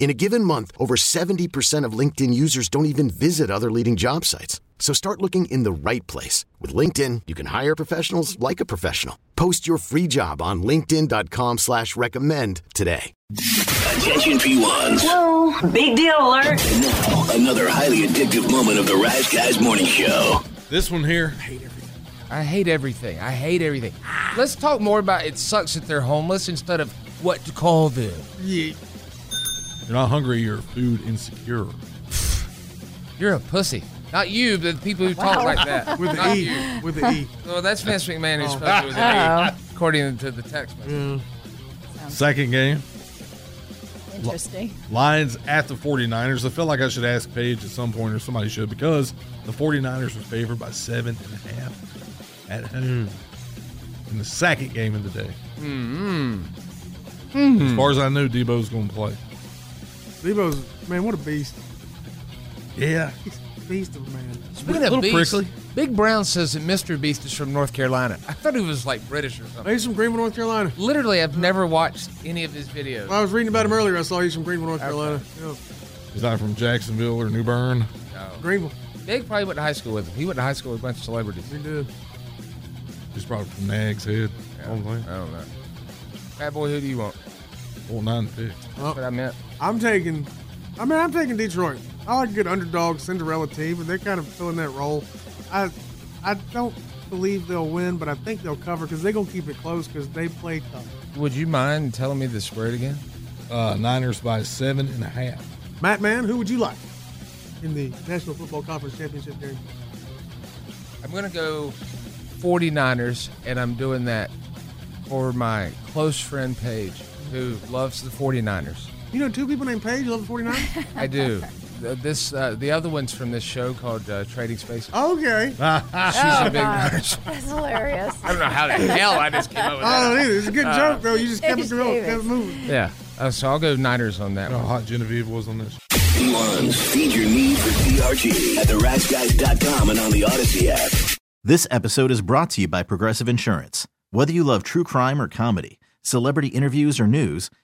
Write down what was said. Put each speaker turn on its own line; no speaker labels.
In a given month, over 70% of LinkedIn users don't even visit other leading job sites. So start looking in the right place. With LinkedIn, you can hire professionals like a professional. Post your free job on linkedin.com slash recommend today.
Attention P1s.
Whoa, big deal alert.
And now, another highly addictive moment of the Rise Guys Morning Show.
This one here.
I hate everything. I hate everything. Let's talk more about it sucks that they're homeless instead of what to call them.
You're not hungry, you're food insecure.
You're a pussy. Not you, but the people who talk like that.
With
Not
the E.
you.
With the E. Oh.
Well, that's Vince McMahon who's supposed to be with an E, according to the text message.
Second game,
Interesting.
Lions at the 49ers. I feel like I should ask Paige at some point or somebody should because the 49ers were favored by seven and a half at home in the second game of the day. Mm-hmm. As far as I know, Debo's going to play.
Debo's man, what a beast.
Yeah.
He's a beast of a man.
Speaking
Little
of beasts,
prickly.
Big Brown says that Mr. Beast is from North Carolina. I thought he was like British or something.
He's from Greenville, North Carolina.
Literally, I've never watched any of his videos.
I was reading about him earlier. I saw he's from Greenville, North Carolina. Yeah.
He's not from Jacksonville or New Bern.
Greenville.
Big probably went to high school with him. He went to high school with a bunch of celebrities.
He did.
He's probably from Nags Head.
Yeah,
All the way.
I don't know. Bad boy, who do you want?
Four nine pick.
That's what I meant.
I'm taking I mean, I'm taking Detroit. I like a good underdog Cinderella team, and they're kind of filling that role. I I don't believe they'll win, but I think they'll cover because they're gonna keep it close because they play tough.
Would you mind telling me the spread again?
Uh, Niners by seven and a half.
Matt Man, who would you like in the National Football Conference Championship game?
I'm going to go 49ers, and I'm doing that for my close friend Paige, who loves the 49ers.
You know two people named Paige, love the 49ers?
I do. Uh, this uh, The other one's from this show called uh, Trading Spaces.
okay.
Ah, She's a big nurse.
That's hilarious.
I don't know how the hell I just came up with
I
that.
don't either. It's a good joke, though. You just kept it
Paige
going, kept
Davis.
it moving.
Yeah. Uh, so I'll go Niners on that
You know
one.
how hot Genevieve was on this?
P1s, feed your need for DRG at theriseguys.com and on the Odyssey app.
This episode is brought to you by Progressive Insurance. Whether you love true crime or comedy, celebrity interviews or news,